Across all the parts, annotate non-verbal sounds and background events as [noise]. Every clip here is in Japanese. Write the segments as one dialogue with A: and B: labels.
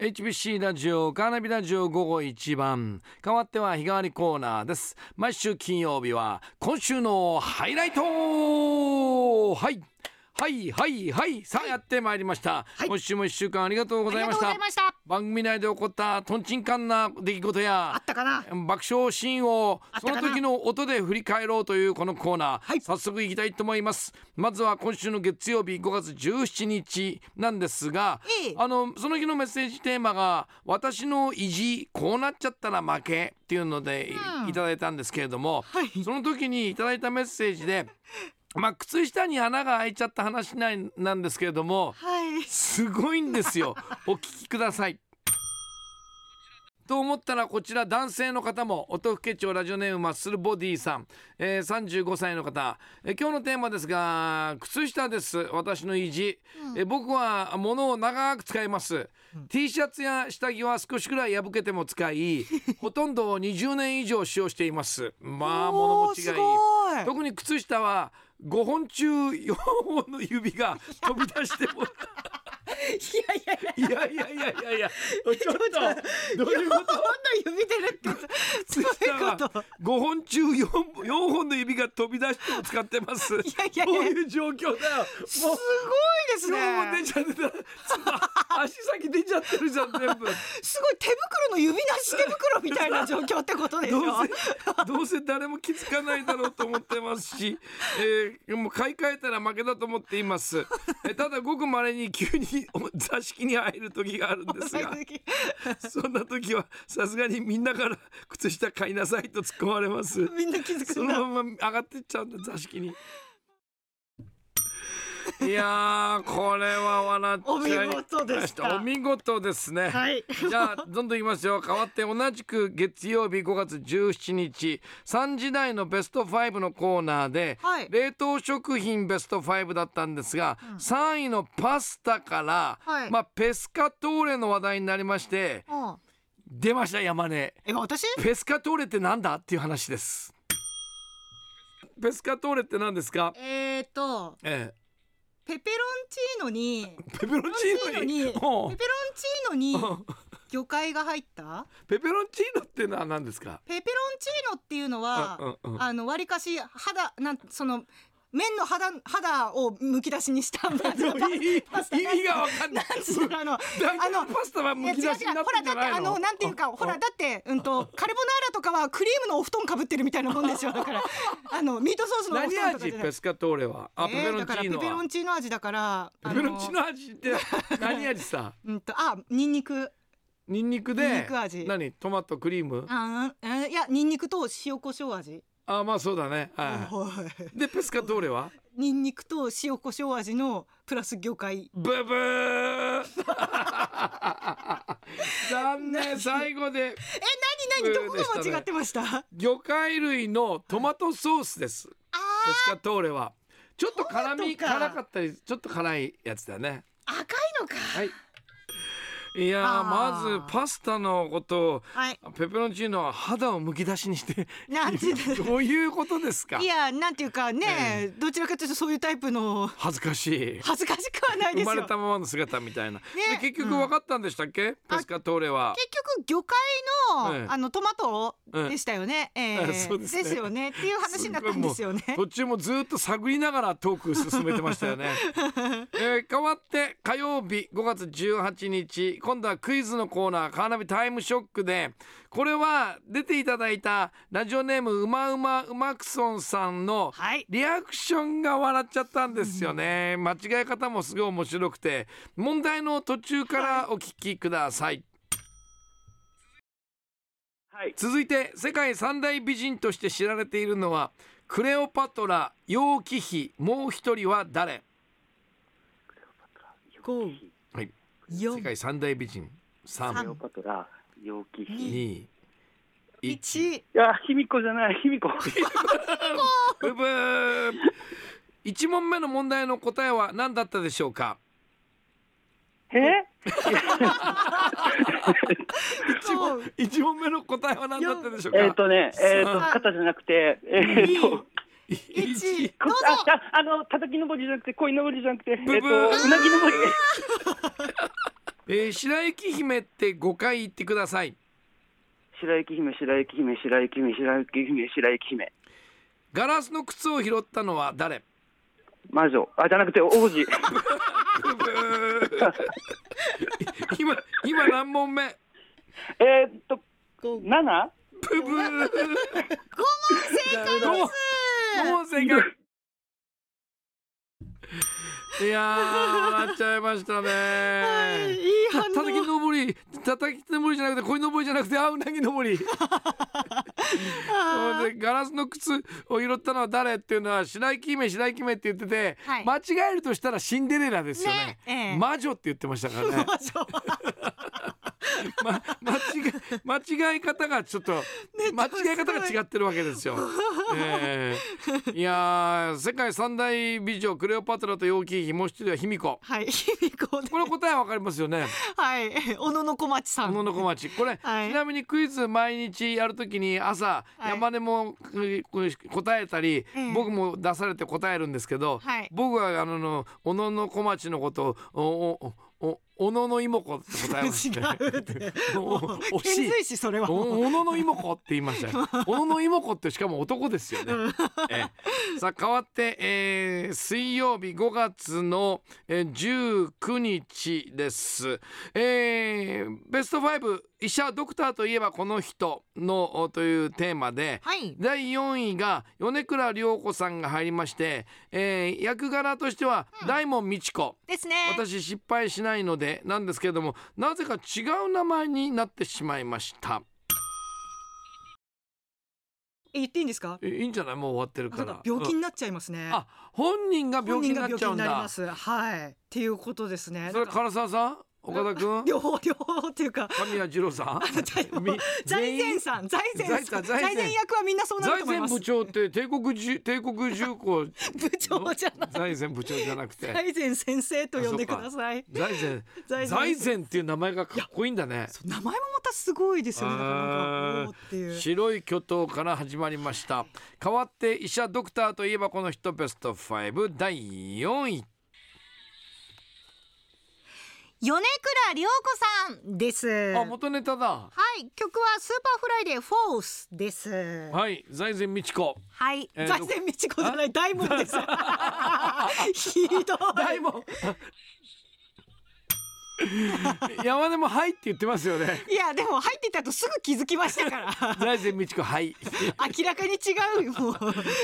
A: HBC ラジオカーナビラジオ午後一番変わっては日替わりコーナーです毎週金曜日は今週のハイライトはいはいはいはいさあやってまいりました、
B: はい
A: 今週も一週間ありがとうご
B: あり
A: ざい
B: が
A: ま
B: と
A: し
B: うござ
A: た
B: いました。
A: 番組内で起こったとんちんかんな出来事や
B: あったかな。
A: 爆笑シーンを
B: あっ
A: そ
B: た
A: の
B: かな
A: 時の音で振り返ろうというこのコーナー、
B: はい
A: 早速いきたいと思いますまずは今週の月曜日5月17日なんですが、
B: ええ
A: あのその日のメッセージテーマが「私の意地こうなっちゃったら負け」っていうので
B: うん
A: いただいたんですけれども、
B: はい。
A: その時にいただいたメッセージで、まあ、靴下に穴が開いちゃった話なんなんですけれども、
B: はい。
A: すごいんですよお聞きくださいと思ったらこちら男性の方も音更町ラジオネームマッスルボディさん、えー、35歳の方、えー今日のテーマですが靴下です私の意地、えー僕は物を長く使います、T シャツや下着は少しくらい破けても使いほとんど20年以上使用していますまあ物持ちがいい
B: おーすごい。
A: 特に靴下は5本中4本の指が飛び出しても
B: いやいやいや。
A: いやいやいやいやいや、ちょっと、どういうこ
B: ほんと指出るって言って
A: と。
B: た。どういうこと
A: は五本中四本、四本の指が飛び出しても使ってます。
B: いやいやい
A: どう
B: や
A: いう状況だよ。
B: す
A: も
B: ご
A: う
B: いです
A: 四本出
B: ね。
A: ちゃってた。足先出ちゃってるじゃん、全部。
B: すごい手袋の指なし手袋みたいな状況ってことでしょ。
A: どうせ、 [laughs] どうせ誰も気づかないだろうと思ってますし。えーもう買い替えたら負けだと思っています。えただ、ごく稀に急にお座敷に入る時があるんです
B: [laughs]
A: が。そんな時はさすがにみんなから靴下買いなさいと突っ込まれます。
B: みんな気づく
A: そ
B: んだ。
A: のまま上がってっちゃうんだ座敷
B: [laughs]
A: に。いやーこれは笑っ
B: お見
A: ちゃい
B: 事でした
A: お。見事ですね。
B: [laughs] はい。
A: じゃあどんどんいきますよ変わって同じく月曜日5月17日3時台のベスト5のコーナーで、
B: はい
A: 冷凍食品ベスト5だったんですが、3位のパスタから、
B: はい
A: まあ、ペスカトーレの話題になりまして
B: うん。
A: 出ました山根
B: え、私？
A: ペスカトーレってなんだっていう話ですペスカトーレって何ですか
B: えーと、
A: え
B: ペペロンチーノに
A: え、ペペロンチーノに
B: ペペ
A: おう
B: ペペロンチーノ
A: う
B: に
A: ん
B: 魚介が入った。
A: ペペロンチーノってのは何ですか
B: ペペロンチーノっていうのは、
A: うんうんうん
B: あの割かし肌なんその麺の肌肌をむき出し
A: [laughs]
B: にしたんだ
A: でも意味
B: パスタ
A: 意味がわかんない
B: なんつうのあの
A: 大
B: あ
A: の
B: の
A: パスタはいむ
B: や違う
A: き
B: 違う
A: 出しになっ
B: ほ
A: て
B: ら
A: んじ
B: だ
A: ゃ
B: って
A: ないの
B: あのなんていうかほらだってうんとカルボナーラとかはクリームのお布団かぶってるみたいなもんですよ
A: [laughs]
B: だからあのミートソースのお布
A: 何
B: 団と
A: 味
B: かじゃない
A: ペスカトーレはあペ
B: え
A: ペ
B: ー
A: ロンチ
B: だからペ
A: ーノ
B: ペロ
A: は
B: ンチーノ味だから
A: ペペロンチー
B: あの
A: ノ味って何味
B: [laughs]
A: さ
B: うんとあニンニク
A: ニンニク
B: ニンニ
A: で
B: ク味
A: 何トマトクリーム
B: あーうんいやニンニクと塩コショウ味
A: あまあそうだねはい
B: おい
A: でペスカトーレは
B: ニンニクと塩コショウ味のプラス魚介
A: ブブ
B: [laughs]
A: ー残念最後で
B: 何何どこ
A: そうでした
B: が
A: ね
B: 間違ってました？あ
A: 魚介類のトマトソースですペ
B: あ
A: スカトーレはちょっと辛み
B: トマトか
A: 辛かったりちょっと辛いやつだね
B: 赤いのか。
A: はいいやー
B: あー
A: まずパスタのことを
B: はい。
A: ペペロンチーノは肌をむき出しにして
B: なんて
A: どういうことですか
B: いやなんていうかね、どちらかというとそういうタイプの
A: 恥ずかしい
B: 恥ずかしくはない
A: 生
B: です
A: まれ
B: よ。
A: たままの姿みたいな、
B: ね
A: で結局
B: うん
A: 分かったんでしたっけ、ペスカトーレは
B: 結局魚介の、
A: ええ
B: あのトマトでしたよね。ええ
A: えそうですね
B: ですよねっていう話になったんですよね。
A: 途中もずっと探りながらトーク進めてました
B: [laughs]
A: よね、えー変わって火曜日5月18日今度はクイズのコーナーカーナビタイムショックでこれは出ていただいたラジオネームうまうまうまくそんさんの
B: はい。
A: リアクションが笑っちゃったんですよね間違え方もすごい面白くて問題の途中からお聞きください
C: はい、
A: 続いて世界三大美人として知られているのはクレオパトラ楊貴妃もう一人は誰
B: 五、
A: はい世
B: 四、
A: 界三大美人
C: ク
A: 三
C: レオパトラ、楊貴妃。い
A: 二一
B: 一。
C: や、卑弥呼じゃない、卑
B: [laughs]
C: 弥呼。
A: ブブー一問目の問題の答えは何だったでしょうか
C: え、
A: 一問一問目の答えは何だったでしょうか
C: えっ、とね、
A: さあ
C: えっ、と、肩じゃなくて、えっ、
B: 二、
C: と。こ
B: 一。どうぞ。
C: あ、あ、あの、叩きのぼりじゃなくて、鯉のぼりじゃなくて、えっ、
A: ブブー
C: と、うなぎのぼり。
A: えー白雪姫って5回言ってください
C: 白雪姫、白雪姫、白雪姫、白雪姫、白雪姫。
A: ガラスの靴を拾ったのは誰
C: 魔女。あ、じゃなくて王
B: [laughs]
C: 子。
A: [laughs] 今今何問目
C: えーっと、
B: 五問
C: 7?
A: ブブー
B: 正解
A: どうもう正解いやー笑っちゃいましたね、
B: はいいい反
A: たき
B: 応
A: のぼり叩きのぼりじゃなくて鯉のぼりじゃなくてあうなぎのぼりそれでガラスの靴を拾ったのは誰っていうのは白雪姫白雪姫って言ってて、
B: はい
A: 間違えるとしたらシンデレラですよね
B: ねええ
A: 魔女って言ってましたから
B: [laughs]
A: ね、 [laughs] ま、間違え間違え方がちょっ
B: [laughs]
A: と、間違え方が違ってるわけですよ、ええいやー世界三大美女クレオパトラと楊貴妃もう一人は卑弥呼
B: はい、卑弥呼で
A: これ答えわかりますよね
B: はい、小野の小町さん。
A: 小野小町これ、
B: はい
A: ちなみにクイズ毎日やるときに朝、
B: はい
A: 山根もくく答えたり、
B: ええ
A: 僕も出されて答えるんですけど、
B: はい
A: 僕はあのの小野の小町のことをおおおお小野の妹子って答えまし
B: 違
A: て
B: うって。
A: [laughs] おお惜し
B: 遣
A: い
B: 隋使それはも
A: [laughs] お
B: う。
A: 小野の妹子って言いましたよ小野の妹子ってしかも男ですよね、ええさあ変わって、えー水曜日5月の、えー、19日です、えーベスト5医者ドクターといえばこの人のおというテーマで、
B: はい。
A: 第4位が米倉涼子さんが入りまして、えー役柄としては大門美智子、
B: ですね。
A: 私失敗しないのでなんですけれどもなぜか違う名前になってしまいました
B: え言っていいんですか。
A: えいいんじゃないもう終わってるか
B: なんから病気
A: うん
B: になっちゃいますね。
A: あ本人が病
B: 本
A: 気に
B: 人が
A: なっ
B: 病
A: ち
B: 気
A: ゃう
B: に
A: ん
B: なり
A: だ
B: ま
A: そ
B: す。はい。っていうことですね。
A: れ
B: なんか
A: 唐沢さん岡田君
B: 両方両方っ
A: [laughs]
B: ていうか。
A: 神谷二郎さんみ
B: 財
A: 全員
B: 前さん、財前
A: 財前
B: さ
A: さん
B: ん、財
A: 財
B: 前
A: 前
B: 役はみんなそうなる
A: 財
B: と思い
A: 前
B: ます
A: 部。長って帝国
B: [laughs]
A: じ帝国重工
B: 部長じゃない。
A: 財前部長じゃなくて
B: 財前先生と呼んでください。
A: 財前
B: 財
A: 財前っていう名前がかっこいいんだね
B: そう名前もまたすごいですよね。だからなん
A: あー
B: かおーっていう。
A: 白い巨頭から始まりました変わって医者ドクターといえばこの人ベスト5第4位
D: 米倉涼子さんです。
A: あ元ネタだ
D: はい、曲はスーパーフライデーフォースです。は
A: はい財前美智子
D: い、
A: えー
B: 財前美智子じゃない大門
A: [laughs]
B: です。ひどい。
A: 大門山根も「はい」って言ってますよね
B: いやでも入ってたとすぐ気づきましたから
A: [laughs] 財前美智子「はい」
B: 明らかに違うもう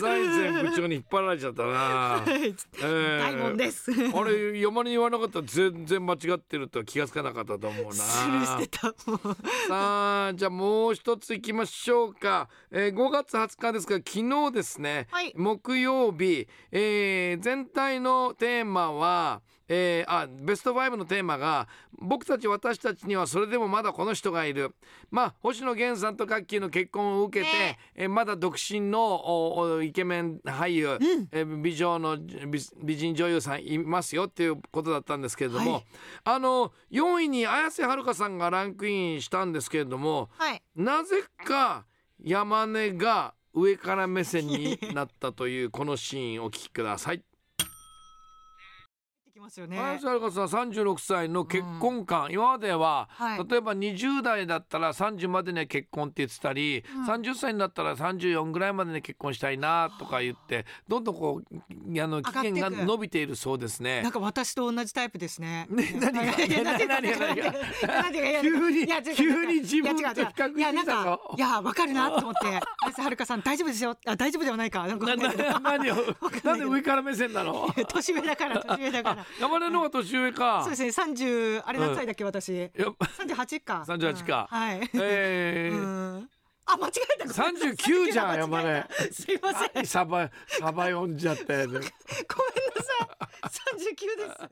A: 財前部長に引っ張られちゃったな、えー
B: [laughs] 大門です
A: あれ山根に言わなかったら全然間違ってるとは気がつかなかったと思うな
B: スルーしてたもう
A: さあじゃあもう一ついきましょうか、えー5月20日ですが昨日ですね、
D: はい
A: 木曜日、えー全体のテーマは、えーあベスト5のテーマが「僕たち私たちにはそれでもまだこの人がいる」まあ星野源さんとガッキーの結婚を受けて、
D: ね
A: えーまだ独身のおおイケメン俳優、えー美女の美美人女優さんいますよっていうことだったんですけれども、
B: はい
A: あの4位に綾瀬はるかさんがランクインしたんですけれども
D: はい、
A: なぜか山根が上から目線になったというこのシーンお聞きください。
B: きますよね
A: 綾瀬はるかさん36歳の結婚観、今までは、
D: はい
A: 例えば20代だったら30までには結婚って言ってたり、30歳になったら34ぐらいまでに結婚したいなとか言ってどんどんこうあの期限
B: 上
A: が
B: がっていく
A: 伸びているそうですね
B: なん。か私と同じタイプですね
A: ね何が
B: いやいや
A: 何が
B: なんていうか
A: 何が
B: なんていうかなんていう
A: [laughs]
B: か
A: 急に
B: いや違う違う
A: 急に自分と
B: いや違う違う
A: 比較
B: いや
A: し
B: な
A: て
B: ん
A: きた
B: か
A: ぞ
B: いやわかるなと思って
A: [laughs]
B: 綾瀬はるかさん大丈夫ですよあ大丈夫ではないかなん [laughs] かわか
A: なん
B: ない
A: な
B: けど
A: 何を
B: けど
A: なんで上から目線な
B: [laughs]
A: の
B: 年上
A: [laughs]
B: だから年上だから
A: 山根の方が年上か
B: そうですね三十あれ何歳だっけ私
A: やっぱ
B: 三十八か
A: 三十八か
B: うんはい
A: えー
B: うんあ間違えた
A: 三十九じゃん
B: 39
A: 山根
B: すいませんごめんな
A: 何サバサバ読んじゃって
B: [laughs] さい三十九です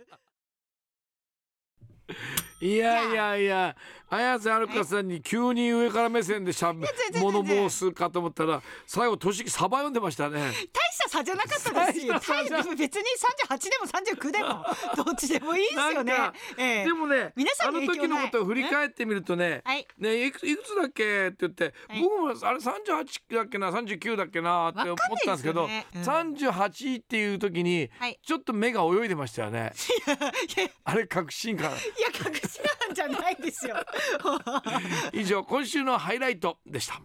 A: いやいやいや綾瀬はるかさんに急に上から目線でしゃべ
B: 全然
A: 物申すかと思ったら最後年木サバ読んでましたね
B: 大した差じゃなかったですよ
A: 大した差じゃ
B: 大別に38でも39で
A: [laughs]
B: もどっちでもいいですよね
A: なんか、
B: ええ
A: でもね
B: 皆さ
A: あ
B: んに
A: の
B: 影響
A: 時の
B: ない
A: ことを振り返ってみるとね
D: はい
A: 「ねいくいくつだっけ?」って言って、
B: はい
A: 僕もあれ38だっけな39だっけなって思ったんですけど
B: わかんないですよ
A: 38っていう時に
D: はい
A: ちょっと目が泳いでましたよね。
B: [laughs] いやい
A: あれ確信かな
B: や隠しなんじゃないですよ
A: 以上今週のハイライトでした。